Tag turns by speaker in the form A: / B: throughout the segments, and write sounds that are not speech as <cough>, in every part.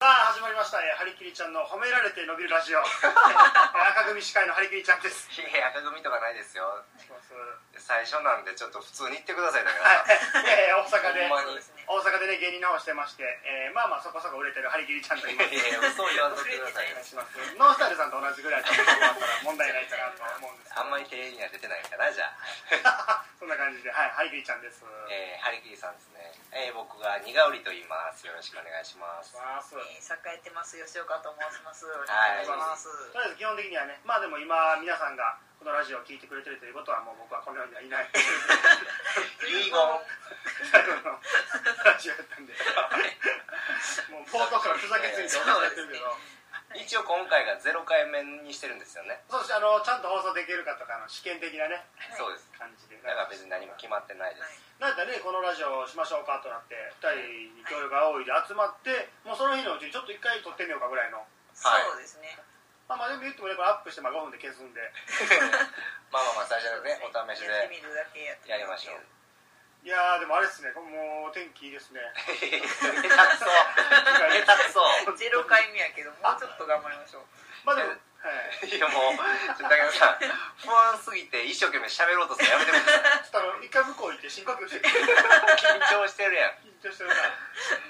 A: さあ始まりました、えー、ハリキリちゃんの褒められて伸びるラジオえ
B: <laughs>
A: ー赤組司会のハリキリちゃんです
B: いや赤組とかないですよ
A: は
B: <laughs> 最初なんでちょっと普通に言ってくださいだか
A: い
B: ら、
A: えー大阪で
B: ほんまに
A: 大阪でね芸人の方してまして、えーまあまあそこそこ売れてるハリキリちゃんと言
B: い
A: い
B: や
A: ます
B: いや嘘を言わんとってください
A: お
B: よ
A: 願いしますノースタイルさんと同じぐらいだったら問題ないかなとは思うんですけ
B: あんまり経営には出てないかなじゃあ、
A: ど <laughs> そんな感じではいハリキリちゃんです、
B: えー、ハリキリさんですね、えー、僕が苦織と言いますよろしくお願いします
A: わーす
C: えー、作家やってます吉岡と申します。お
B: はい
C: 願いします。
A: とりあえず基本的にはねまあでも今皆さんがこのラジオを聞いてくれてるということはもう僕はこの世にはいない
B: 遺言は
A: 最後のラジオやったんでもう冒頭からふざけついて怒ってるけど
B: い一応今回が0回目にしてるんですよね、
A: そうしてあのちゃんと放送できるかとかの試験的なね
C: はい
B: そうです
A: 感じで
B: だから別に何も決まってないで
C: はい
B: す、
A: なんかねこのラジオをしましょうかとなって2人に協力が多いで集まってもうその日のうちにちょっと1回撮ってみようかぐらいの
B: はい
C: そうですね。
A: まあまあでも言ってもねこれアップしてまあ5分で消すんで
B: <laughs> まあまあまあ最初のねお
C: そう
B: 試
C: す
B: し
C: やっ
B: で
C: てみるだけやって
B: やりましょう
A: いやーでもあれですねこれもう天気いいです
B: <laughs>
A: ね
B: 下手くそ下手くそ
C: ゼロ回目やけど、もうちょっと頑張りましょう。
A: まあでもはい
B: いやもうちょっとだからさ不安すぎて一生懸命喋ろうとするのやめてくだ
A: ち
B: さい
A: ょっとあの一回向こう行って深呼吸して
B: 緊張してるやん
A: 緊張してるな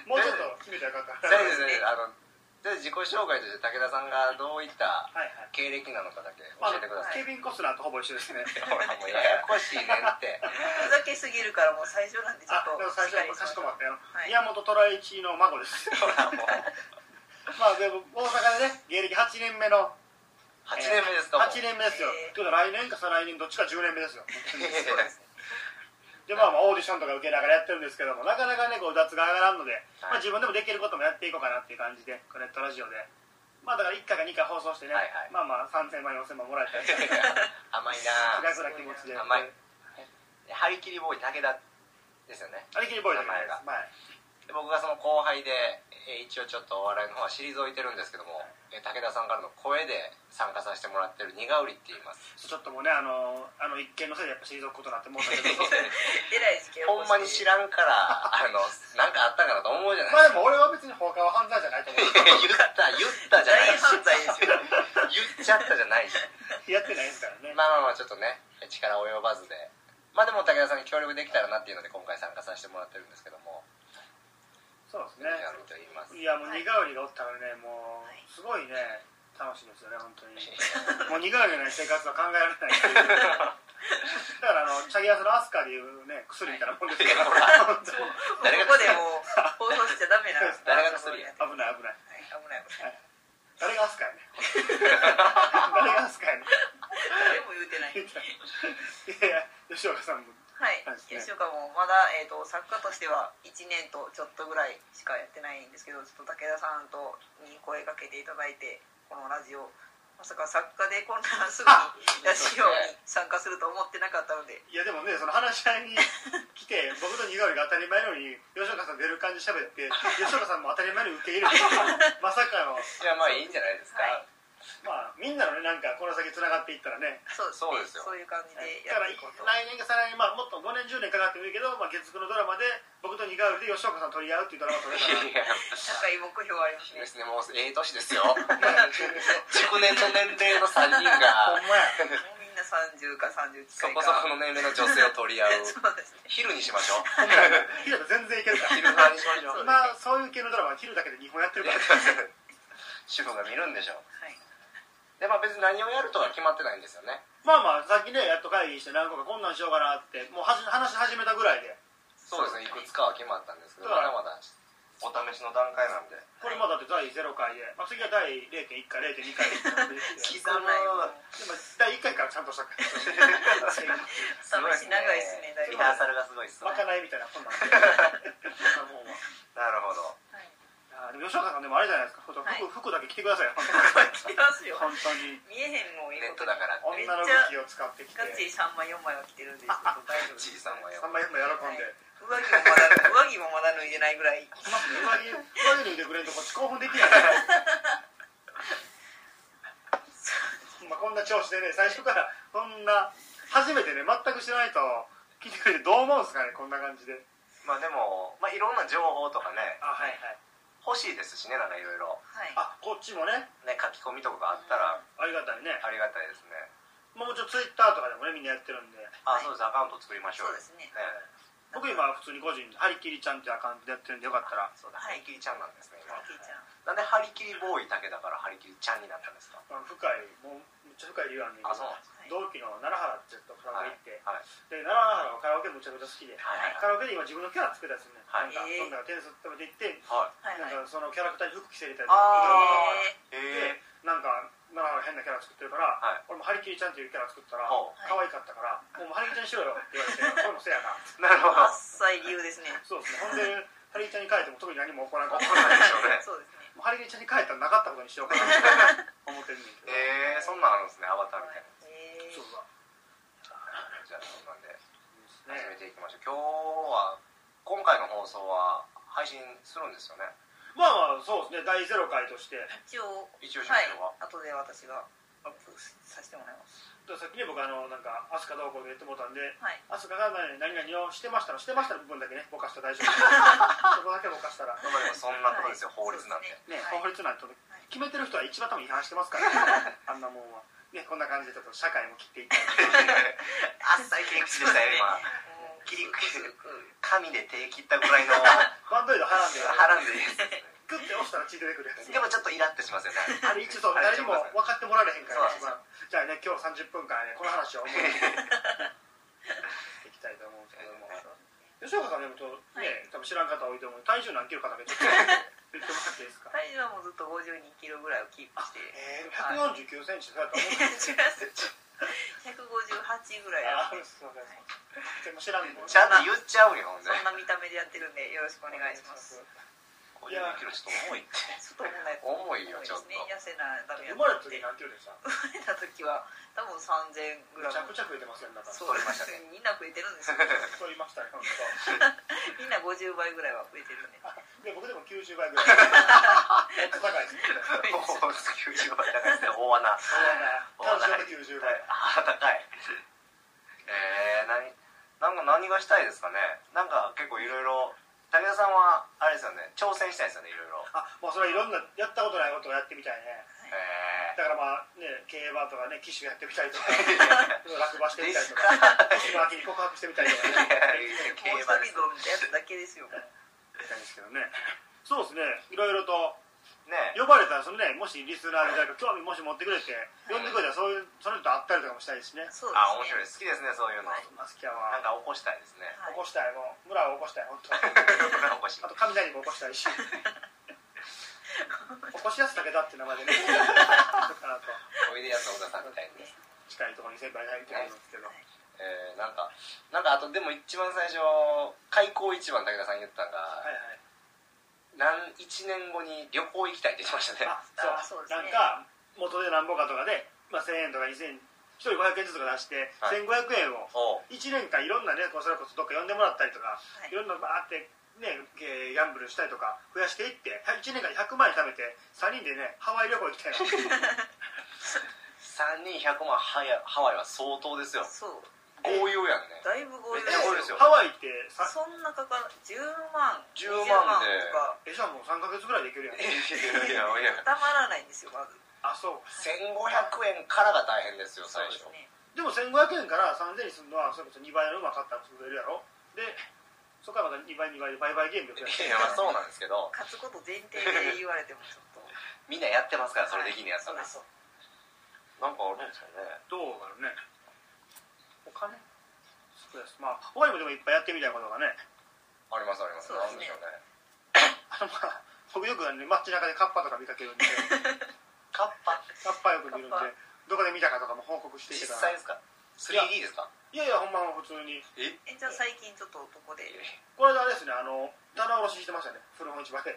A: もうちょっと決めてよかった
B: そうですねあので自己紹介として武田さんがどういっ
A: は
B: た
A: いはい
B: 経歴なのかだけ
A: まあ
B: 教えてくださ
A: ケ
B: い、
A: ビン・コスナーとほぼ一緒で
B: <laughs>
A: すね
B: ほらもうややこしいねんって <laughs>
C: ふざけすぎるから、もう最初なんで、ちょ
A: あ
C: っ
A: で
C: と
A: も。最初はかしこま
C: っ
A: ったよ、
C: はい
A: 宮本虎一の孫です
B: <laughs> ほらもう
A: まあでも大阪でね芸歴8年目の
B: 8年目ですかもう
A: 8年目ですよ
C: へー
A: ということは来年か再来年どっちか10年目です
B: <laughs>
A: よ
C: そうですね。
A: でまあまあオーディションとか受けながらやってるんですけどもなかなかねこう脱が上がらんので、
B: はい
A: まあ、自分でもできることもやっていこうかなっていう感じでこれネットラジオでまあだから1回か2回放送してね、
B: はいはい
A: まあまあ3000万4000万もら
B: <laughs>
A: えたりして
B: 甘い
A: 気
B: なぁ
A: 楽な気持ちで
B: 甘い張り切りボーイ武田ですよね
A: ありきりボーイとかです
B: 名
A: はい
B: で僕がその後輩で、えー一応ちょっとお笑いの方は退いてるんですけども、えー武田さんからの声で参加させてもらってる苦織って言います
A: ちょっともうねあのあの一件のせいでやっぱ退くことになってもうたけど
B: <laughs>
C: えらい事件。
B: ほんまに知らんからあのなんかあったかなと思うじゃ
A: ま
B: ない
A: あでも俺は別に放火は犯罪じゃないと思う
B: いや言った言ったじゃない
C: 大犯罪ですよ。
B: 言っちゃったじゃないし
A: <laughs> やってないですからね、
B: まあまあまあちょっとね力及ばずでまあでも武田さんに協力できたらなっていうので今回参加させてもらってるんですけども
A: そうです
B: 苦
A: ね
B: 織と言います
A: いやもう苦織がおったらねもう
C: はい
A: すごいね楽しいですよね本 <laughs> 当にもう苦織のない生活は考えられ <laughs> ないだからあのチャギアスのアスカでいうね薬みたいなもんですから、 <laughs> 本当に
B: 誰が
C: ここでもう放送しちゃダメな。
B: 誰が薬や
C: はい、
A: 危ない危ない
C: 危ない危ない。
A: 誰がアスカや <laughs> ね誰がアスカやね
C: 誰も言うてない。
A: いやいや吉岡さんも
C: はい
A: そうです、ね
C: 吉岡もまだ、えー、と作家としては1年とちょっとぐらいしかやってないんですけどちょっと武田さんとに声かけていただいてこのラジオまさか作家でこんなすぐにラジオに参加すると思ってなかったので
A: いやでもねその話し合いに来て <laughs> 僕と苦織が当たり前のように吉岡さん出る感じ喋って吉岡さんも当たり前に受け入れて <laughs> まさかの
B: いやまあいいんじゃないですか、
C: はい
A: まあみんなのねなんかこの先繋がっていったらね
C: そう
B: そうですよ
C: そういう感じ
A: だ
C: でや
A: から
C: って
A: 来
C: いこうと
A: 年か再来年、まあ、もっと5年10年かかってもいいけど、まあ、月9のドラマで僕と苦織で吉岡さん取り合うっていうドラマ撮れたら
B: いや
C: 高い目標はあります
B: で
C: ね
B: すねもうええ年ですよ
C: <laughs>
A: ほ
B: 熟年と年齢の3人が
A: んまや
C: もうみんな30か30
B: そ
C: 近い
B: こ
C: か
B: そこの年齢の女性を取り合う
C: <laughs> そうですね
B: 昼にしましょう
A: ほんまや昼だと全然いけるから
B: 昼側にしましょう
A: まあそういう系のドラマは昼だけで2本やってるから
B: 主婦が見るんでしょう
C: はい
B: でまあ別に何をやるとは決まってないんですよね
A: まあまあさっきねやっと会議して何個かこんなんしようかなってもうはじ話し始めたぐらいで
B: そうですねいくつかは決まったんですけど
A: そう
B: まだまだお試しの段階なんで
A: これまだって第0回で、まあ、次は第0.1回0.2回
C: <laughs>
A: でで
B: 刻
C: む
A: も第1回からちゃんと
C: <laughs>
A: した <laughs> から
C: 試し長いですねだい
B: リ
C: ぶ
B: ハーサルがすごいっすね
A: まかないみたいなこん
C: <laughs>
A: なんでもう
B: なるほど
C: はい
A: あでも吉岡さんでもあれじゃないですか服,、
C: はい
A: 服だけ着てくださいよ本
C: 来てますよ
A: 当に
C: 見えへんもん
B: ネ
C: いい
B: ッ
C: こと
B: トだからって
A: 本当に女の武器を使ってきて
C: ガッチリ3枚4枚は来てるんでちょっと大丈夫です
B: じいさんはよ
A: 3枚4枚喜んで、
C: 上着もまだ上着もまだ脱いでないぐらい
A: まず上着上着脱いでくれんとこっち興奮でき
C: <laughs>
A: ないまあこんな調子でね最初からこんな初めてね全く知らないと聞いてくれてどう思うんですかねこんな感じで
B: まあでも、まあ、いろんな情報とかね
A: あはいはい
B: 欲しいですしねなんかいろいろ
C: はい
A: あこっちもね
B: ね書き込みとかがあったら
A: ありがたいね、
B: ありがたいですね
A: まあ、もちろんツイッターとかでもねみんなやってるんで
B: あ、
C: はい
B: そうですアカウント作りましょ
C: そう
B: う
C: ですね
B: ね
A: 僕今普通に個人で「はりきりちゃん」っていうアカウントでやってるんでよかったら
B: そうだ張り切りちゃんなんですね今
C: はいキイちゃん
B: なんで張り切りボーイだけだから張り切りちゃんになったんですか
A: あの深いもうめっちゃ深い理由あんねんけど
B: あそうなんです
C: はい
A: 同期の奈良原っていうとカラオ
B: はい
A: ケ行って、
B: はい
A: で奈良原はカラオケむちゃくちゃ好きで、
B: はい
A: カラオケで今自分のキャラ作ったやつね、
B: はい
A: なんか、
C: えー
A: どんな点数止めていって、
B: はい
C: はいはい
A: なんかそのキャラクターに服着せれたりと
B: あ
A: か
B: ー
A: で
B: へえ
A: なんか奈良原変なキャラ作ってるから、
B: はい
A: 俺もハリキリちゃんっていうキャラ作ったら、
B: ほう
A: 可愛かったから「もうハリキリちゃんにしろよ」って言われて「俺もせや
B: <laughs>
A: な」
B: なるほど
C: あっさい理由ですね
A: そうですねほんでハリキリちゃんに変えても特に何も起こらん
B: <laughs>
A: から
B: 怒らないでしょうね
C: そうですね
A: もうハリキリちゃんに変えたらなかったことにしようかなって思ってるねんけど、
B: <laughs> えー、そんなんあるんですねアバターみたいな
C: へー
A: そうだ
B: じゃあそんなんで
A: です
B: 始め
A: ね
B: ていきましょう今日は今回の放送は配信するんですよね
A: まあまあそうですね第0回として
C: 一応
B: 一応
C: はい
B: 終了は
C: 後で私がアップさせてもらいます
A: でさっきね僕あのなんか飛鳥どうこうで言ってもうたんで
C: はい
A: 飛鳥が何々をしてましたのしてましたの部分だけねぼかしたら大丈夫そこだけぼかしたらね
B: まあでもそんなことですよ、法律なんて
C: そうですはい
A: 法律なんて
C: い
A: 決めてる人は一番多分違反してますからねあんなもんはねこんな感じでちょっと社会も切っていったり
C: あっさい切
B: 切り口でしたよ今
C: もう
B: 切り口
C: すぐすぐ
B: 神で手切ったぐらいの
A: バンドエイドはらんで
B: 波乱でいいですね
A: グッて押したら血出てくるやつ
B: でもちょっとイラってしますよね
A: あれ一応そう誰にも分かってもらえへんからね、
B: そう
A: まあじゃあね今日30分間ねこの話を思い出していきたいと思うんですけども吉岡さんでもとね、多分知らん方多いと思う体重何キロかだけちょっと言ってもらっていいですか
C: 体重はもうずっと52キロぐらいをキープして
A: えー、149センチそうやと思う
C: 違います158ぐらい
A: あ
C: あ
A: ー
C: る
A: すいませんでも知らんもん
B: ちゃんと言っちゃうよほんで
C: そんな見た目でやってるんでよろしくお願いします
B: 5 2キロちょっと重いって
C: ちょっと重ない
B: 重いよちょっと
C: ですね痩せなダメ
A: 生
C: や
A: まれた
C: って
A: 時何キロでしため
C: 生まれた時は多分3000ぐら
A: ち
C: い
A: ゃくちゃ増えてますよだから太
C: そう
B: 太りましたね
C: みんな増えてるんですよ
A: りましたね本
C: みんな50倍ぐらいは増えてるんで
A: 当。で僕でも90倍ぐ
C: <laughs>
A: らいもっと高いですね
B: 大90倍高いですね大
A: 単
B: 穴
A: 勝で90倍
B: あ高いえー、何なんか何がしたいですかねなんか結構いろいろ武田さんはあれですよね挑戦したいですよねいろいろ
A: あまあそれはいろんなやったことないことをやってみたいね
B: え
A: だからまあね競馬とかね騎手やってみたり <laughs> とか
B: ー
A: 落馬し
B: <laughs>
A: てみたりとか <laughs> 今秋に告白してみたりとかね
C: もう
B: 競
C: 一
B: 馬です
C: 人のやつだけですよもう
A: みたいですけどねそうですねいろいろと
B: ね
A: 呼ばれたらそのねもしリスナーで誰か興味もし持ってくれて呼んでくれたらそういうその人と会ったりとかもしたいですね
C: そう
B: あ面白い
C: で
B: です好きですねそういうの、
C: はい
A: マスキア
B: な
A: は
B: んか起こしたいですね、
A: 起こしたいもう村を起こしたい本 <laughs> 当
B: なんか <laughs> 起こし
A: あと雷も起こしたい <laughs> し起こしやすだけだって名前で <laughs> ねとかあと
B: おいでやす小田さんみたいにです、
A: 近いところに先輩がいてるんですけど
B: えー、なんかなんかあとでも一番最初開口一番武田さん言ったの
A: は
B: が、
A: いはい
B: なん1年後に旅行行きたいって言ってましたね
A: あ
C: あ
A: そ
C: そううです
A: な
C: ね
A: んか元でなんぼかとかで、まあ、1000円とか2000円1人500円ずつとか出して、
B: はい
A: 1500円を
B: おう
A: 1年間いろんなねこうそれこそどっか呼んでもらったりとか、
C: はい
A: い、ろんなバーってねえーギャンブルしたりとか増やしていって1年間に100万円貯めて3人でねハワイ旅行行きたいな
B: 3人100万ハワイハワイは相当ですよ
C: すそう
B: 豪遊やんね
C: だいぶ合流
B: めっちゃ多いですよ
A: ハワイってさ
C: そんなかかる10万
B: 10
C: 20
B: 万
C: 万
B: で
C: とか
A: えじゃあもう3ヶ月ぐらいできるやん
B: いやいやいや
C: たまらないんですよまず
A: あそう
B: 1500円からが大変ですよ最初
C: そうですね
A: でも1500円から3000円にするのはそれこそ2倍の馬買ったら潰れるやろでそこからまた2倍2倍で倍々ゲームで増やして
B: いやまあそうなんですけど
C: 勝つこと前提で言われてもちょっと
B: みんなやってます <laughs> からそれできんのやったらないん
C: は
B: か
C: そう
B: あるんですかね
A: どうだろうねお金そうですまあ他にもでもいっぱいやってみたいことがね <laughs>
B: ありますあります
C: そう
B: な
C: で
B: ん
C: す
B: でし
C: ね
B: ょうね
A: あのまあ僕よくね街中でカッパとか見かけるん
C: <laughs>
A: で
B: カッパ
A: カッパよく見るんで
C: カッパ
A: どこで見たかとかも報告していけ
B: 実
A: たら
B: 際
A: い
B: ですか 3D ですか
A: やいやほんまの普通に
B: え
C: ですねえじゃあ最近ちょっと男で
A: これであれですねあの棚卸ししてましたね古本市場
C: <laughs>
A: で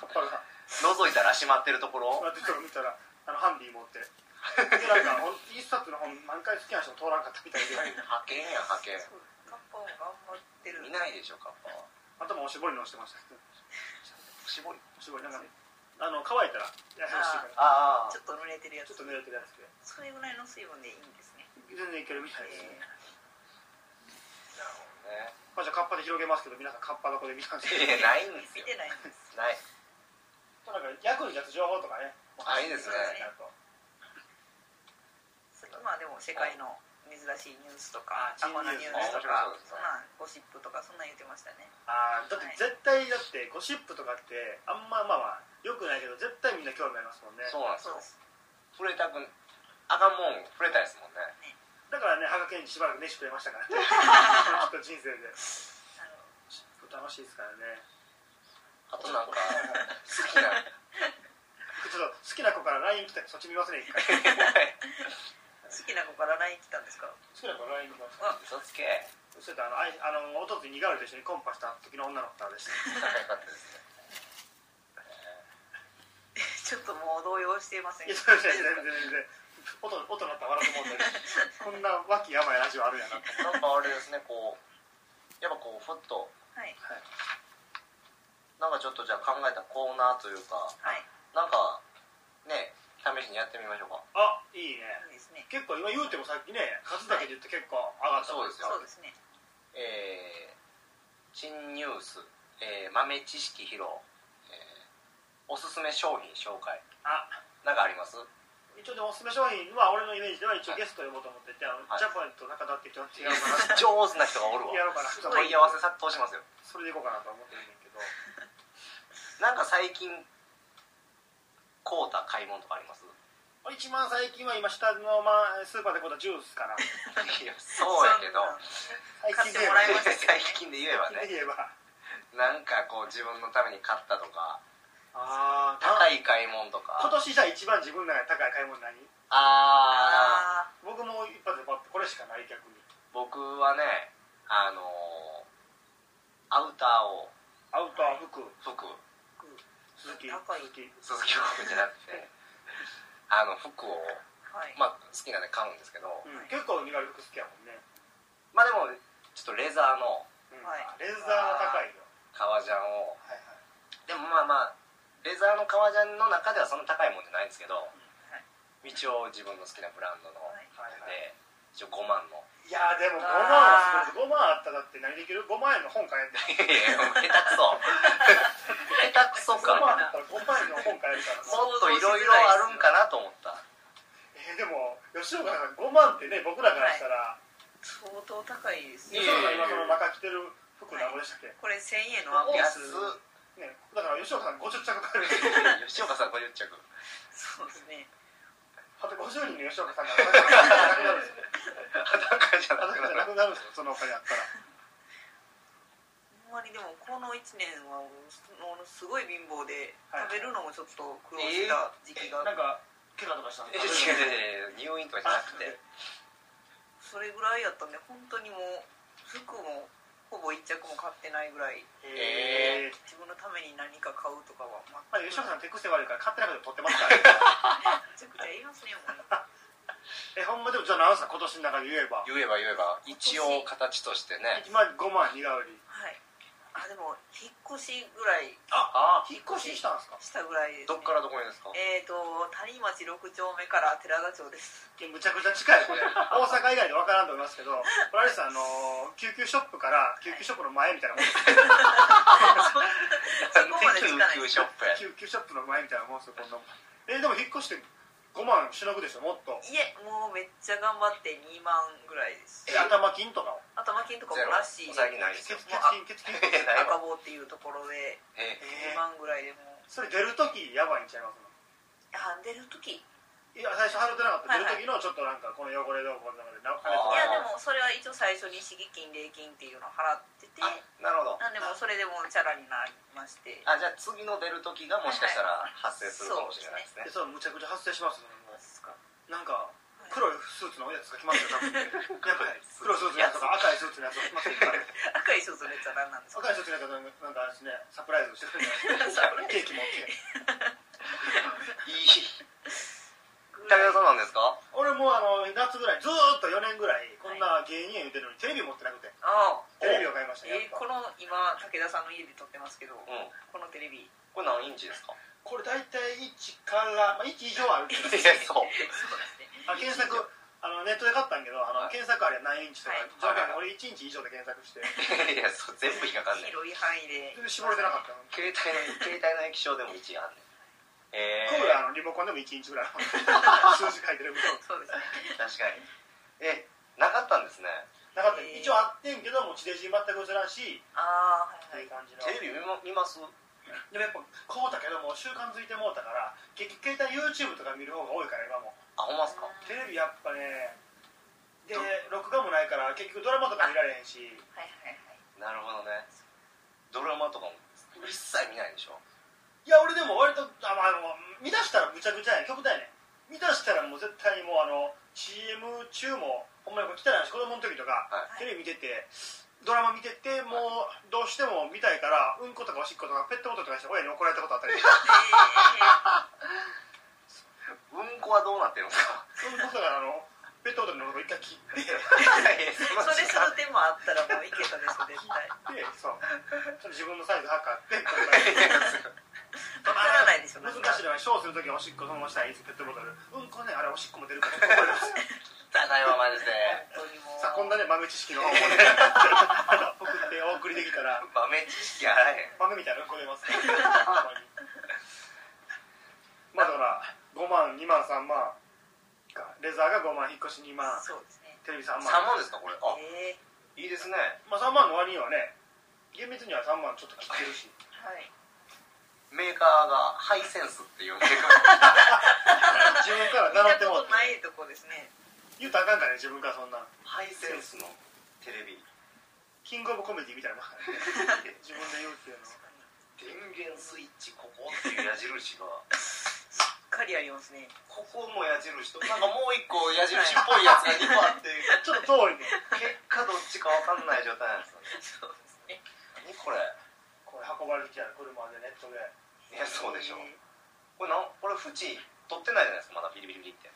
A: カッパが
B: 覗いたら閉まってるとこ
A: こう
B: ろ
A: やってちょっと見たらあのハンディ持ってでなんかほん一冊の本何回好きな人も通らんかったみたいで
B: 派遣や派遣
C: そうカッパも頑張ってる
B: い
C: い
B: ないでしょカッパは
A: 頭おしぼりのしてましたけど
B: 絞り
A: おしぼりなんかねあの乾いたらやらしいから
B: ああ
C: ちょっと濡れてるや
A: ちょ
C: つ
A: っと濡れてるやつで
C: それぐらいの水分でいいんですね
A: 全然いけるみたいですね
C: え
B: なるほどね
A: <laughs> まあ、じゃあカッパで広げますけど皆さんカッパどこで見たんですか
B: <laughs> いやないんです
C: ー見
B: よ
C: てないんです
B: ない
A: 役に立つ情報とかね
B: あいいですね
C: まあでも世界の珍しいニュースと
A: あ
C: か過去のニュースと
B: あ
C: か
B: 面白そ
C: そ
B: うん
C: なゴシップとかそんなん言ってましたね
A: あーだって絶対だってゴシップとかってあんままあまあよくないけど絶対みんな興味ありますもんね
B: そうなんです
C: そ
B: よ触
C: うです
B: れたくあかんもん触れたいですもんね
A: だからね、ハガケンしばらく飯食えましたからね。
B: <laughs>
A: ちょっと人生で。
C: あの
A: 楽しいですからね。
B: あとなんか好きな
A: ちょっと好きな子から LINE 来たらそっち見ますね、一
B: <laughs>
A: 回。好
C: 好きな子から LINE 来たんですか <laughs>
A: きな子から LINE 来ました。
B: 嘘つけは
A: それとあの、あいあの、おとつにガールと一緒にコンパした時の女の子からでした。
B: いよかったですね
C: ちょっともう動揺していません
A: いや、そうですね、全然全然。音、音鳴ったら笑うと思うんだけど、こんな
B: <laughs>
A: 和気やばいラジオあるんやなと
B: なんかあれですねこうやっぱこうふっと
C: はい
A: はい。
B: なんかちょっとじゃあ考えたコーナーというか
C: はい
B: なんかね試しにやってみましょうか
A: あ、いいね。
C: いいですね
A: 結構今言うてもさっきね、数だけで言って結構上がった。
B: そうですよ
C: そうですね
B: えー、新ニュース、えー豆知識披露、えーおすすめ商品紹介
A: あ、
B: なんかあります
A: 一応でもおすすめ商品は俺のイメージでは一応ゲスト呼ぼうと思ってて、あの
B: はい
A: ジャパンと中田って人違うかな
B: 上手な人がおるわ
A: やろうかな
B: 問い合わせ殺到しますよ
A: それでいこうかなとは思ってるんだけど
B: なんか最近買うた買い物とかあります
A: 一番最近は今下の、まあ、スーパーで買ったジュース <laughs> かない
B: やそうやけど
A: 最
C: 買って
A: 近で
C: もらいま <laughs> した
B: 最近で言えばね
A: 言えば
B: なんかこう自分のために買ったとか
A: あ
B: 高
A: い
B: い買い物とか
A: 今年じゃあ一番自分の中で高い買い物何
B: ああ
C: ああ
A: 僕も一発でパッとこれしかない逆に
B: 僕はねあのーアウターを
A: アウター服
B: 服
A: 鈴木
C: 高い
A: 鈴木
B: 鈴木服じゃなく
C: <laughs>
B: てあの服を、
C: はい
B: まあ、好きなんで買うんですけど
A: うん結構苦い服好きやもんね、
B: まあでもちょっとレザーの
A: うん
C: はい
A: レザーは高いよ
B: 革ジャンを
A: はいはい
B: でもまあまあレザーの革ジャンの中ではそんな高いもんじゃないんですけど
C: は
B: 一
C: い
B: 応自分の好きなブランドの
C: はい
A: はいはい
B: で一応5万の
A: いやーでも5万はすごい5万あったらだって何できる5万円の本買える
B: いやもう下手くそ
A: 5
B: 下手くそ
A: 万あった
B: か
A: ら5万円の本買えるからな
B: もっといろいろあるんかなと思った
A: えーでも吉岡さん5万ってね僕らからしたら、
C: 相当高いです
B: い
A: 吉
B: えい
C: ね
A: 岡
B: え
A: さん今その中着てる服何ぼでしたっけ、
C: これ1000円のワンピース
B: 安っ
A: ね、だから吉岡さん50着買える
B: <laughs> 吉岡さん50着
C: そうですね
A: あと50人の吉岡さんがな
B: 裸じゃなくなる
A: くなるんですよそのお金あったら
C: ほんまにでもこの1年はものすごい貧乏で
A: はい
C: 食べるのもちょっと苦労した時期が
A: なんか怪我とかしたん
B: え
A: で
B: 違う
A: すか
B: 違う違う入院とかじゃなくて
C: それぐらいやったんで本当にもう服もほぼ1着も買ってないぐらい
A: えー、
C: 自分のために何か買うとかは全
A: まあ、吉
C: く
A: 岡さん手癖悪いから勝手なこと取ってます <laughs> から、ね、
C: めちゃくちゃ言いますねもう
A: えほんまでもじゃあ何さ今年の中で言えば
B: 言えば言えば一応形としてね
A: 今5万苦売り
C: はいあでも引っ越しぐらい
B: あ
A: 引っ越ししたんですか
C: したぐらいです、ね、
B: どっからどこにですか
C: えーと谷町6丁目から寺田町です
A: いやむちゃくちゃ近い <laughs> これ大阪以外で分からんと思いますけどこれあれですあのー救急ショップから救急ショップの前みたいなもんです
C: そこまでつかない
B: 救急ショップや
A: 救急ショップの前みたいなもんですよこんなもんえでも引っ越して5万しのぐでしょもっと
C: いえもうめっちゃ頑張って2万ぐらいです
A: え頭金とかを
C: 頭金とか
B: ゼロ
C: もなし
B: お財布ないで
A: 血
B: すよ
A: 血金血金
B: えないわ
C: 赤坊っていうところで
B: え
A: えー
C: 2万ぐらいでも
A: それ出る時やばいんちゃいます
C: あ出る時
A: い
C: い
A: や最初払ってなかった、
C: はいは
A: 出
C: い
A: る時のちょっとなんかこの汚れどうこんなのでなか
B: あー
C: やでもそれは一応最初に敷金礼金っていうのを払ってて
B: あなるほど
C: なんでもうそれでもうチャラになりまして
B: あじゃあ次の出る時がもしかしたら発生するかもしれないで
A: で
B: すね
A: それむちゃくちゃ発生しますよねもう
C: ですか
A: なんか
C: はい
A: 黒いスーツのやつが来ますよ多分
C: <laughs>
A: やっぱり黒いスーツのやつとか赤いスーツのやつが来ますよ
C: <laughs> 赤いショーツのやつは何なんです
A: 赤
C: か
A: いスーツのやつがなんかあれですねサプライズしてくるんじゃないです
C: サ
A: か
C: プライズ
A: ケーキ持って
B: いい武田さんなんですか
A: 俺もうあの夏ぐらいずーっと4年ぐらいこんな芸人や言うてるのにテレビ持ってなくて
C: ああ
A: テレビを買いましたね
C: え
A: やっ
C: ーこ
A: ぱ
C: の今武田さんの家で撮ってますけど
B: うん
C: このテレビ
B: これ何インチですか
A: これ大体1から、まあ、1以上あるんです
C: <laughs>
B: いやそう
C: そうですね
A: あ検索あのネットで買ったんけどあの、
B: はい
A: 検索あれ何インチとか、
C: はい
A: 条件俺1インチ以上で検索してで
B: <laughs> いやそう全
C: <laughs>
B: 部引っかかんねん
C: 広い範囲で
A: 絞れてなかったの
B: 携帯の携帯の液晶でも1位あんねんえ
A: クー
B: ー、
A: ラーのリモコンでも1日ぐらい数字書いてるみたい
C: そうですね
B: 確かにえなかったんですね
A: ななかった一応あってんけどもう地デジ全く映らんし
C: ああ
A: っ
C: は
A: てい
C: いう
A: 感じの
B: テレビ見ま見ます
A: でもやっぱこうだけどもう習慣づいてもうたから結局携帯 YouTube とか見る方が多いから今も
B: あほんまっすか
A: テレビやっぱねで録画もないから結局ドラマとか見られへんし
C: はいはいはい
B: なるほどねドラマとかも一切見ないでしょ
A: いや俺でも割とあ、まあ、あの見出したらむちゃくちゃやね極端やね見出したらもう絶対にもうあの CM 中もほんまにこれ汚い話子供の時とか、
B: はい
A: テレビ見ててドラマ見ててもうどうしても見たいからうんことかおしっことかペットボトルとかして親に怒られたことあったりうんこ
B: うんこはどうなってるんです
C: <laughs>
B: か
A: とからあのペットボトルのことを一回切って
B: いやいやそんな
C: それ
B: 時
C: す
B: 間
C: る手もあったらもういけたです絶対
A: でそうちょっと自分のサイズ測っ
C: <laughs>
A: てこれ
B: いやすごい
C: わからないでしょ
A: 難
C: なんか
A: しいのはショーするときはおしっこそのまましたらいいですペットボトルうんこねあれおしっこも出るからちょっと困ります
B: ただいままですね
C: 本当にもう
A: さあこんなね豆知識の方もね <laughs> 送ってお送りできたら
B: 豆知識あらへん
A: 豆みたいなのこ出ます <laughs> ねほんまにまあだから5万2万3万かレザーが5万引っ越し2万
C: そうですね
A: テレビ3万
B: 3万ですかこれあ
C: ええ
B: いいですね
A: まあ、3万の割にはね厳密には3万ちょっと切ってる <laughs> し
C: はい
B: メーカーがハイセンスって
C: <laughs>
B: いうメーカー
A: 自分から
C: 見
A: 習
C: た
A: っても
C: こ
A: うて
C: とないとこですね
A: 言うたらあかんからね自分からそんな
B: ハイセンスのテレビ
A: キングオブコメディみたいなもんやからね自分で言うっていうの
C: 確かに
B: 電源スイッチここっていう矢印が
C: しっかりありますね
B: ここも矢印となんかもう一個矢印っぽいやつが2個あって
A: ちょっと遠いね
B: 結果どっちか分かんない状態なんですよね
C: そうですね
B: 何これ
A: これ運ばれる気ある車でネットであ
B: いやそうでしょ
C: ええ
B: これなんこれ縁取ってないじゃないですかまだビリビリビリって
A: れ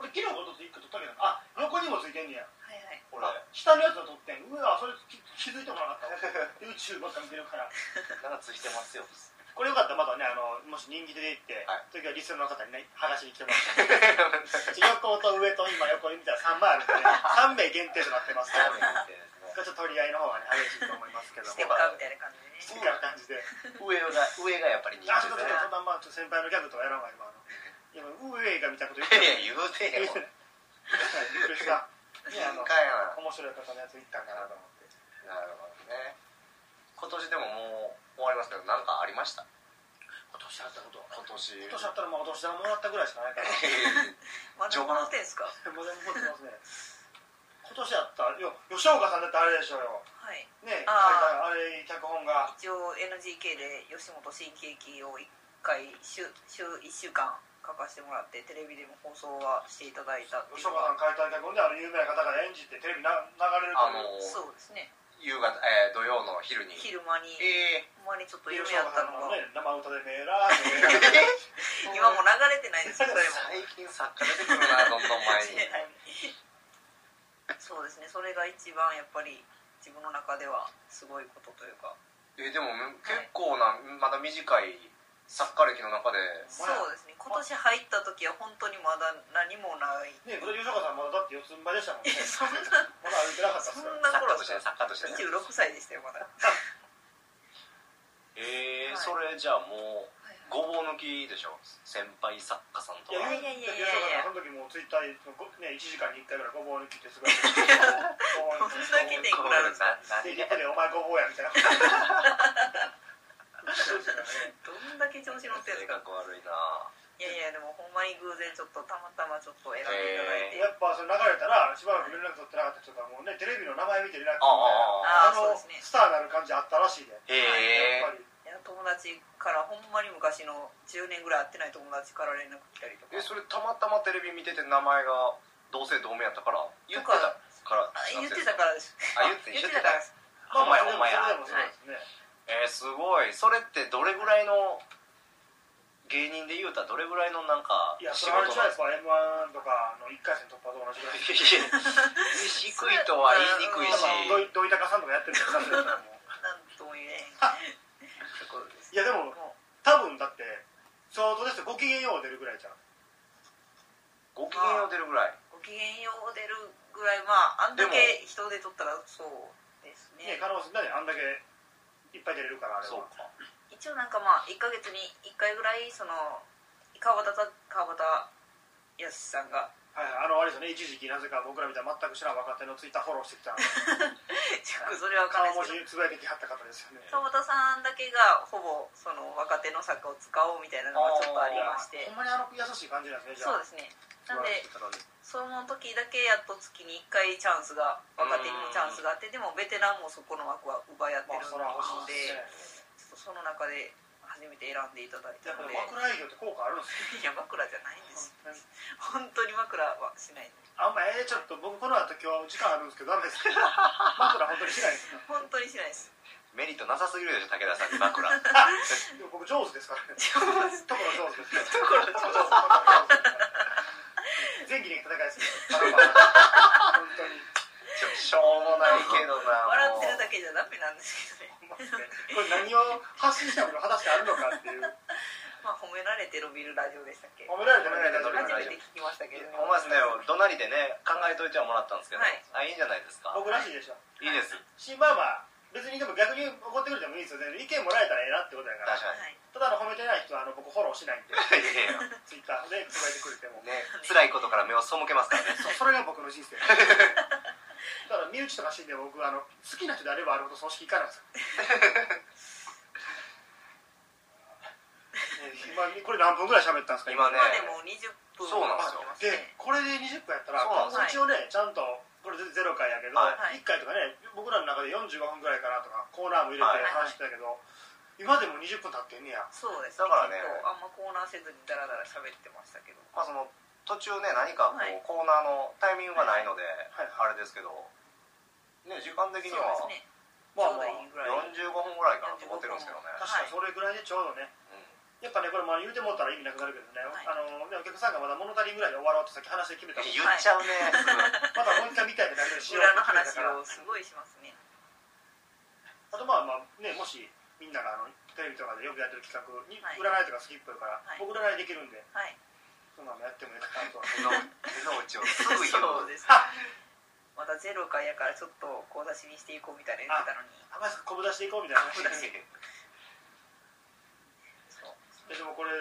A: 俺昨日も取って1個取ったけどあ横にもついてんねや
C: はいはい
B: ほら
A: 下のやつを取ってんうわそれ気気づいてもなかったわ <laughs> YouTube ばっか見てるから
B: なんかついてますよ
A: これよかったらまだねあのもし人気で行って、
B: はい
A: 時はリスナーの方にね話しに来てもらって横と上と今横に見たら3枚あるんで、 <laughs> ね、3名限定となってますから、ね、ちょっと取り合いの方がね激しいと思いますけど
C: ス
A: も
C: テッカーみたいな感じでね
A: 好きな感じで
B: 上が上がやっぱり人
A: あち
B: 気
A: ょっと
B: で
A: ちょ
B: す
A: っと
B: ね
A: そんなまあちょっと先輩のギャグとかやらんわ今あの今上がみたいなこと言っ
B: い
A: て
B: や言うてへんわ
A: びっくり <laughs> した
B: い
A: ね
B: や
A: あの
B: かやな
A: 面白い方のやつ行ったんかなと思って
B: なるほどね今年でももう終わりますけど何かありました
A: 今年あったこと
B: 今年
A: 今年あったらまあお年玉もらったぐらいしかないから
C: まだ
B: 序
C: も
B: 盤
C: らってんすか
A: まだ残ってますね今年あったよ吉岡さんだってあれでしょうよ
C: はい
A: ねあ
C: あ
A: れ脚本が
C: 一応 NGK で吉本新喜劇を1回週週1週間書かせてもらってテレビでも放送はしていただいたってい
A: 吉
C: う
A: 岡さん書いた脚本であの有名な方が演じてテレビな流れる
B: あ
A: と
B: の
A: いう
C: そうですね
B: 夕方、えー土曜の昼に
C: 昼間に
B: ええ
C: ほんまにちょっと夢
A: 吉
C: やっ
A: 岡
C: た
A: さん
C: の
A: の
C: が
A: ね生歌でメーラーで
C: 今もう流れてないですよそれも
B: 最近作家出てくるなどんどん前
C: <laughs>
B: に
C: そうですねそれが一番やっぱり自分の中ではすごいことというか
B: えーでも結構なまだ短い作家歴の中で
C: そうですね今年入った時は本当にまだ何もない
A: ねこれ吉岡さんまだだって四つん這いでしたもんね
C: えそんな
A: まだ歩いてなかった
C: そ
A: ですから
C: んな
B: 作家
C: 頃
B: としてね作家としてね
C: 26歳でしたよまだ
B: ええ
C: はい
B: それじゃあもうごぼう抜きでしょ先輩作家さんと
A: いや
B: か
A: 言うて吉岡さんその時もうツイッターでごね1時間に1回ぐらいごぼう抜きってすごい
C: こんだけでくらるんですか
A: でリ
B: 何が
A: ップで「お前ごぼうや」みたいな言ってましたね
C: どんだけ調子乗って
B: 性
C: るんですか
B: 格悪いない
C: やいやでもほんまに偶然ちょっとたまたまちょっと選んでいただいて、
A: やっぱそれ流れたらしばらく連絡取ってなかった人がもうねテレビの名前見て連絡取って
B: あ
A: あ
C: あああ
A: の
C: そうですね
A: スターになる感じあったらしいでやっ
B: へえ
A: ぱり
C: いや友達からほんまに昔の10年ぐらい会ってない友達から連絡来たりとか
B: えそれたまたまテレビ見てて名前が同姓同名やったから言ってたから
C: あ言ってたからです
B: あ言って
C: 言ってたからです
A: ま
B: ほんまや
A: で
B: ほん
A: も
B: まや
A: それでもそうですね
B: えー、すごいそれってどれぐらいの芸人で言うたらどれぐらいのなんか
A: いや
B: 仕
A: それあれ
B: 事
A: じゃな
B: なん
A: いですか m 1とかの1回戦突破と同じぐらい
B: 低いとは言いにくいし
A: まあ土井土井高さんとかやってるから
C: なんとも言えへんところです
A: いやでも
C: もう
A: 多分だって相当ですよご機嫌よう出るぐらいじゃん
B: ご機嫌を出るぐらい
C: ご機嫌よう出るぐらいまああんだけ人で取ったらそうです
A: ね
C: ね
A: 可能性ないあんだけいっぱい出れるからあれ
B: そう
A: は
B: か
C: 一応なんかまあ1ヶ月に1回ぐらいその川端た川端康さんが
A: はい、あのあれですよね一時期なぜか僕らみたいな全く知らん若手のツイッターフォローしてきた
C: ちょっとそれは分かん
A: 顔
C: な
A: 文
C: いで
A: 字
C: す
A: つぶ
C: けど
A: やいてきはった方ですよね
C: 川端さんだけがほぼその若手の作家を使おうみたいなのがちょっとありまして
A: ほんまにあの優しい感じなんですねじゃ
C: そう
A: あ
C: ですねなんで
A: 素晴らしい方です
C: その時だけやっと月に1回チャンスが若手にもチャンスがあってでもベテランもそこの枠は奪い合
A: まあ
C: ってる
A: そら欲
C: の
A: しいで
C: で
A: すね
C: ちょっとその中で初めて選んでいただい
A: やっぱ
C: た
A: り
C: ので
A: 枕営業って効果あるんですよ
C: いや枕じゃないんです
A: 本当に
C: 本当に枕はしない
A: あんまえー、ちょっと僕この後今日時間あるんですけどダメですか
C: <laughs>
A: 枕本当にしないですか
C: 本当にしない <laughs> です
B: メリットなさすぎるでしょ武田さんに枕
A: でも僕上手ですから
C: <laughs>
A: ね
C: 上手
A: ところ上手です
C: ところ
A: そうそう前期に戦いですけどバラバラ本当に
B: ちょしょうもないけどな
C: 笑ってるだ
B: け
C: けじゃダメなんですけどね
A: ほんまですねこれ何を発信したのか果たしてあるのか
C: <laughs>
A: っていう
C: まあ褒められて伸びるラジオでしたっけ
A: 褒められてない
B: 褒められ
C: 初
B: て
A: だ
B: ない
A: け
C: めて聞きましたけど
B: お前ですね怒鳴りでね考えといてはもらったんですけど、
C: はい
B: あいいんじゃないですか
A: 僕らしいでしょ
B: いいです
A: しまあまあ別にでも逆に怒ってくれてもいいですよね意見もらえたらええなってことや
B: 確
A: から
B: か
C: はい
A: ただあの褒めてない人はあの僕フォローしないん
B: <laughs>
A: で
B: に、いやいや
A: ツイッターでつぶやいてくれても
B: ね辛いことから目を背けますからね
A: そそれが僕の人生だ
B: <laughs>
A: から身内とか死んでも僕あの好きな人であればあるほど葬式行かないんですよね
B: <laughs>
A: 今これ何分ぐらい喋ったんですか
B: 今ね
C: 今でも20分
B: そうなん
A: でこれで20分やったら
B: そうなん
C: です
A: 一応ねちゃんとこれゼロ回やけど、
B: はい
A: 1回とかね僕らの中で45分ぐらいかなとかコーナーも入れて
B: は
A: 話
B: い
A: してたけど、今でも20分経ってんねや
C: そうです
B: だからね
C: 結構あんまコーナーせずにダラダラ喋ってましたけど
B: まあその途中ね何かこう、
C: はい
B: コーナーのタイミングがないので、
A: はい
B: あれですけどね時間的には
C: そうですねち
A: ま
C: ょ
A: あまあ
C: うどいいぐらい
B: 45分ぐらいかなと思ってるんですけどね、
A: 確かにそれぐらいでちょうどねやっぱねこれまあ言うてもうたら意味なくなるけどね、
C: はい
A: あのねお客さんがまだ物足りんぐらいで終わろうとさっき話で決めた
B: う
A: も
B: ん
A: ん
B: 言っち
C: <laughs>
B: ゃうね、
A: またもう一回みたいな感じでしよう
C: 裏の
A: って決めたか
C: 話
A: ら
C: をすごいしますね <laughs>
A: あとまあまあねもしみんながあのテレビとかでよくやってる企画に
C: はい
A: 占いとか好きっぽいから、
C: はい
A: 僕占いできるんで
C: はい
A: そんなのやってもいいかなとは
B: 手の手の内をすぐ言
C: そう
B: う
C: ですまだゼロ回やからちょっと小出しにしていこうみたいな言ってたのに
A: あまさかこぶ出していこうみたいな
C: 小
A: 話
C: 出
A: で
C: しそう
A: でもこれ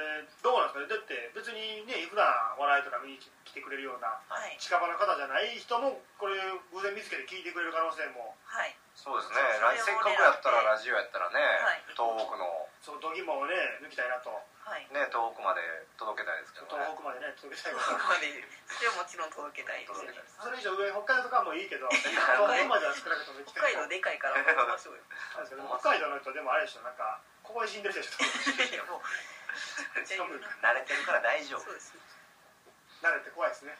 A: どうなんですかねだって別にね普段笑いとか見に来てくれるような
C: はい
A: 近場の方じゃない人もこれ偶然見つけて聞いてくれる可能性も
C: はい
B: そうですね
C: そ
B: 来せっ
C: れを
B: かくやったらラジオやったらね、
C: はい
B: 東北の
A: その度肝をね抜きたいなと
B: <laughs>
C: はい
B: ね東北まで届けたいですけど
A: 東
B: ね
A: 北までね届けたい
C: そ
A: から
C: こまでそれはもちろん届けたいです
B: 届
C: ね
B: けたいです
A: それ以上上北海道とかもいいけど東北までは少なくとも行き
C: 北
A: たい
C: 海道でかいから戻りましょ <laughs> うよ
A: なんですけど北海道の人でもあれでしょなんかここで死んでるでしょ
C: いやもうめっちゃいるな
B: 慣れてるから大丈夫
C: そうです
A: 慣れて怖いですね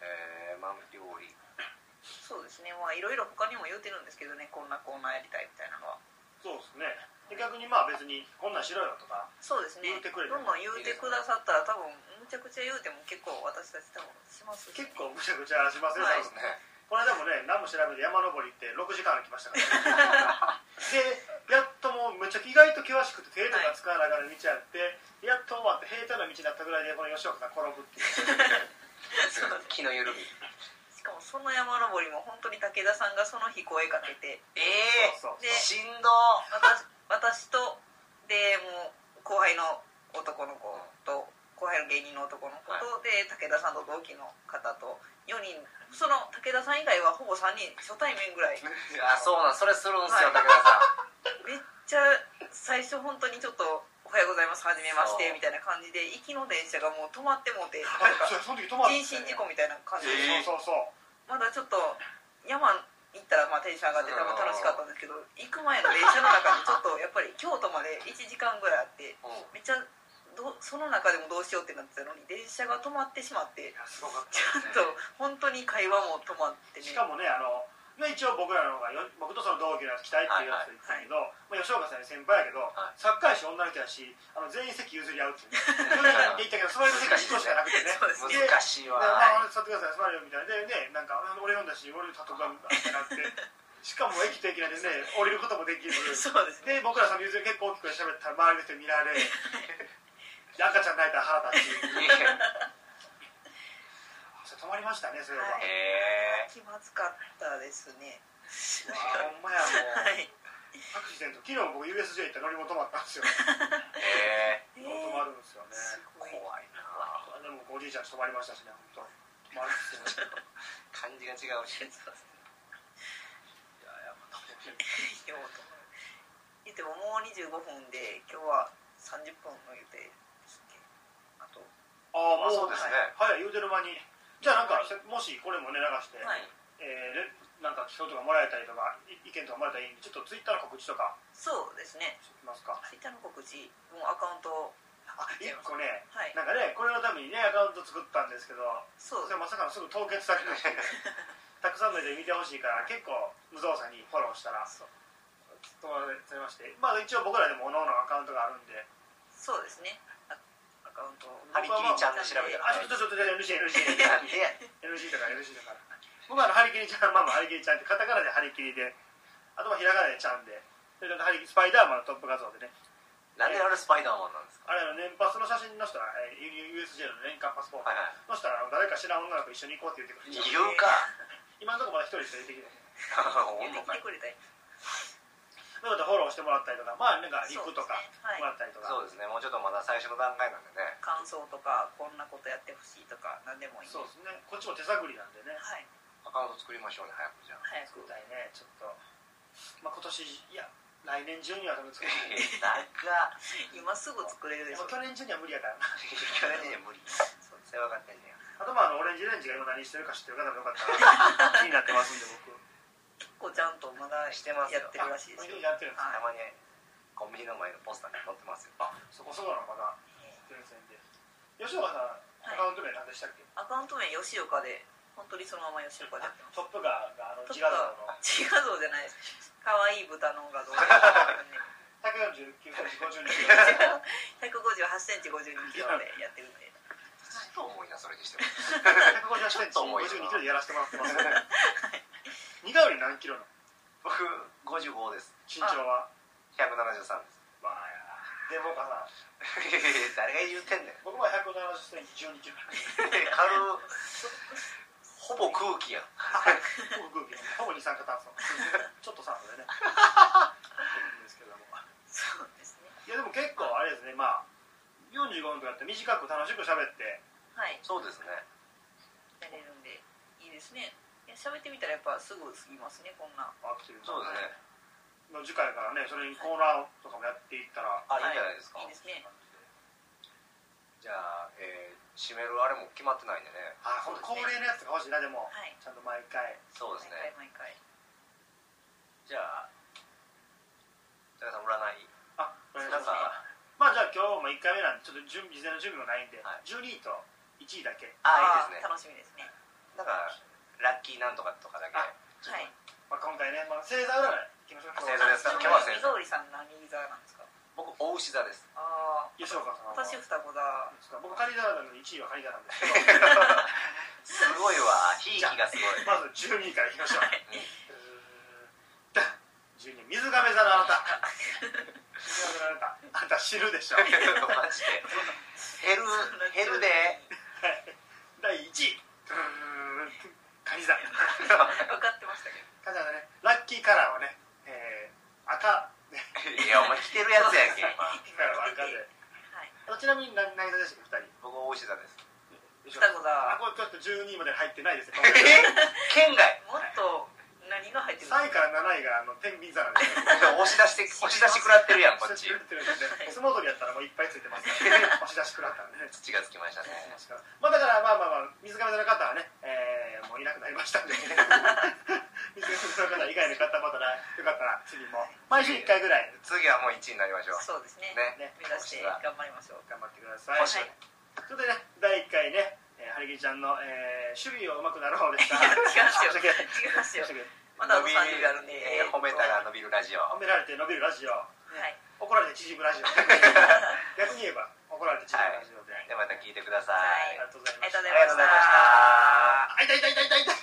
B: えー、まあ料理
C: そうですねまあいろいろ他にも言うてるんですけどねこんなコーナーやりたいみたいなのは
A: そうですねで逆にまあ別にこんなんしろよとか
C: そうですね
A: 言うてくれる
C: どんどん言うてくださったら多分むちゃくちゃ言うても結構私たち多分しますし
A: 結構むちゃくちゃしますよ、
C: はい
A: 多分この間もね何も調べて山登り行って6時間歩きましたから、ね、でやっともうめっちゃ意外と険しくて手とか使わながら道あって、やっと終わって平坦な道になったぐらいでこの吉岡さん転ぶっていう
B: 気の緩み
C: しかもその山登りも本当に武田さんがその日声かけて
B: ええ
A: そう
C: で
B: しんど
C: 私私とでもう後輩の男の子と後輩の芸人の男の子と、で武田さんと同期の方と4人その武田さん以外はほぼ3人初対面ぐらい
B: あそうなんそれするんですよ、
C: は
B: 武
C: い
B: 田さん
C: めっちゃ最初本当にちょっと「おはようございますはじめまして
B: そう」
C: みたいな感じで行きの電車がもう止まってもう
A: <laughs>
C: て
A: あ
C: なんか
A: そうその時止まって
C: 人身事故みたいな感じで
B: えー
A: そうそうそう
C: まだちょっと山行ったらまあテンション上がって多分楽しかったんですけど行く前の電車の中にちょっとやっぱり京都まで1時間ぐらいあって
B: うん
C: めっちゃどうその中でもどうしようってなってたのに電車が止まってしまって
A: いやすごかっ
C: ちょっと本当に会話も止まって
A: た
C: ね
A: しかもねあのまあ一応僕らの方がよ僕とその同期のやつたいっていうやつと言ってたけど、まあ、吉岡さんより先輩やけど、
B: は
A: サッカーやし女の人やしあの全員席譲り合うっていう
C: <laughs>
A: ねで行ったけど座りの席が1個しかなくてね
C: そうです
A: で
B: 難しいわ、
A: でまあ、座ってください、座るよみたいな、で、ね、なんか、あ俺読んだし、俺のたとがってなって、
C: <laughs>
A: しかも駅と駅なんでね、降りることもできず、
C: <laughs> そうですね
A: で、僕らその友人結構大きく喋ったら、周りの人に見られ、で赤ちゃん泣いたら腹立
C: <laughs>
A: ち、それ止まりましたね、それは。
C: は
B: へ
C: い
B: え
C: 気まずかったですね
A: うわほんまや、も
C: は
A: う、
C: い
A: アクシデント、昨日僕、USJ 行ったら乗り物止まったんですよ。
B: へえ
A: 止まりましたしね本当止まるっていうの
B: 感じが違うし。
A: いややっぱ
C: でも言ってももう25分で今日は30分の予定ですねあと
A: ああ
B: あ
A: も
B: そううですね
A: はい言うてる間にじゃあなんかもしこれもね流して、
C: はい
A: えーれなんか票とかもらえたりとかい意見とかもらえたらいいんでちょっとツイッターの告知とか
C: そうですね
A: してきますか
C: ツイッターの告知もうアカウントを
A: あ一個ね
C: はい
A: なんかねこれのためにねアカウント作ったんですけど
C: そう
A: それまさかのすぐ凍結されましてたくさんの人に見てほしいから結構無造作にフォローしたら
C: そう
A: 止まられましてまあ一応僕らでも各々のアカウントがあるんで
C: そうですねあアカウントを
B: ハリキリちゃんで調べたら
A: あちょっとちょっとちょっと NGNGNG
B: なんで、
A: NG とか NG だから僕はあのハリキリちゃんまあまあハリキリちゃんってカタカナでハリキリであとはひらがなでちゃんでそれとハリキスパイダーマンのトップ画像でね
B: なんであれスパイダーマンなんですか。
A: あれの年パスの写真の人は、えー、U- USJ の年間パスポート
B: はいはい。
A: の人は誰か知らん女の子一緒に行こうって言ってくれ
B: 言
A: て
B: う <laughs> か。
A: 今のところまだ一人しか出てきてない
B: お
C: 言
B: んの
C: っ
B: か
C: てき
B: い
C: て。く
A: な
C: れたり
A: のでフォローしてもらったりとかまあなんかリプとかもら
C: はい
A: ったりとか
B: そうですね。もうちょっとまだ最初の段階なんでね。
C: 感想とかこんなことやってほしいとか何でもいい
A: そうですねこっちも手探りなんでね
C: はい
B: アカウント作りましょうね。早くじゃあ。
C: 早
A: 作
C: く
A: りたいねちょっとまあ今年いや来年中には多分作
B: <laughs>
A: る <laughs>
B: なんか。
C: 今すぐ作れるでし
A: も
C: ょ
A: う去年中には無理やからな
B: 去年には無理。
C: そう
B: それ分かってんねや。
A: あとまああのオレンジレンジが今何してるか知ってる方もよかったら気になってますんで僕
C: 結構ちゃんとまだ
B: してます
C: や
B: よ
C: ってるらしいですよ
A: やってるんです
C: はい
B: たまにコンビニの前のポスターに載ってますよ。あ、
A: そこそこのまだ全然で吉岡さんアカウント名何でしたっけ、
C: アカウント名吉岡で本当にそのまま吉岡でやってます
A: トップガーがあの
C: トッ
A: ジ
C: プ
A: ガ
C: ガー
A: ーの
C: 血画像じゃないです可愛い豚の画像
A: 149センチ52キロ
C: 158センチ52キロでやってるんで
B: ちょっと重いなそれにしても。
A: 150センチ
B: ちょっと重いな
A: 52キロでやらせてもらってます似顔絵何キロの
B: 僕55です。
A: 身長は
B: 173です。 <laughs>
A: まあでもかさん
B: 誰が言うてんねん。
A: 僕は170センチ12キロ
B: 軽うほぼ空気やん
A: ほぼ空気ほぼ二酸化炭素ちょっと酸素でねですけども
C: そうですね
A: いやでも結構あれですねまあ45分とかやって短く楽しく喋って
C: はい
B: そうですね
C: やれるんでいいですねいや喋ってみたらやっぱすぐ過ぎますねこんな
A: あっていう
B: そうですね
A: の次回からねそれにコーナーとかもやっていったら
B: あ
C: はい
B: いいんじゃないですか、
C: いいですね
B: じゃあ、えー締めるあれも決まってないんでね
A: あほんと恒例のやつが欲しいなでも
C: はい
A: ちゃんと毎回
B: そうですね
C: 毎回毎回
B: じゃあ田中さん占い
A: あ
C: そうですね
B: なんか
A: まあじゃあ今日も1回目なんでちょっと準備事前の準備もないんで、
B: はい
A: 12位と1位だけ、
B: あいいですね
C: 楽しみですね
B: なんかラッキーなんとかとかだけ
A: あ
C: はい
A: まあ、今回ね、まあ、星座占いいきましょうか
B: 星座ですか今日は先生
C: みどりさん何座なんですか
B: 僕大牛座です
C: ああ
A: 吉岡さんは
C: 私双子だ
A: 僕カニ座なので1位はカニ座なんですけ
B: すごい <laughs> わひいきがすご
A: どまず12位からいきましょう12位水亀座のあなた水亀座のあなたあんた知るでしょ
B: い <laughs> マジ <laughs> で減る減るで
A: 第1位カニ座カ
C: 分かってましたけど
A: ニ座だねラッキーカラーはね、えー、赤ね
B: いやお前着てるやつやんけ今
C: はい
A: カラーは赤で
C: はい
A: あちなみに何何座でしたっけ
B: 僕大牛座です
A: 2人
C: 双子
A: あ
C: だ
A: これちょっと12位まで入ってないですね
B: え県外
C: もっと何が入ってるんですか
A: 3位から7位があの天秤座なんですよ
B: 押し出して
C: <laughs>
B: 押し出し食らってる <laughs> やんこっち
A: 押し出し食らってるんですね相撲取りやったらもういっぱいついてますね押し出し食らったらね
B: 土がつきましたね
A: まあだからまあまあまあ水亀座の方はね、えーもういなくなりましたんで <laughs> 水亀座の方以外の方またらよかったら次も毎週1回ぐらい
B: 次はもう1位になりましょう
C: そうですね
B: ね
A: ね
C: 目指して頑張りましょう <laughs>
A: 頑張ってください
B: はい
A: ということでね第1回ねえーハリキちゃんの、えー守備をうまくなろうで
C: <laughs>
A: した
C: いや違いますよ
A: 申し訳ない
C: 違いますよ
A: 申し訳ない
C: まだあと
B: 伸び
C: 30あるんで
B: えー褒めたら伸びるラジオ
A: 褒められて伸びるラジオ
C: はい
A: 怒られて縮む
C: <laughs>
A: ラジオ逆に言えば怒られて縮むラジオで、
B: でまた聞いてくださ
C: はい
B: い
A: ありがとうござい
C: あ
A: ま
C: り
A: した
C: がとうござい
B: ありがとうございま
C: ま
B: し
C: したた
A: あ痛い痛い痛い痛い痛い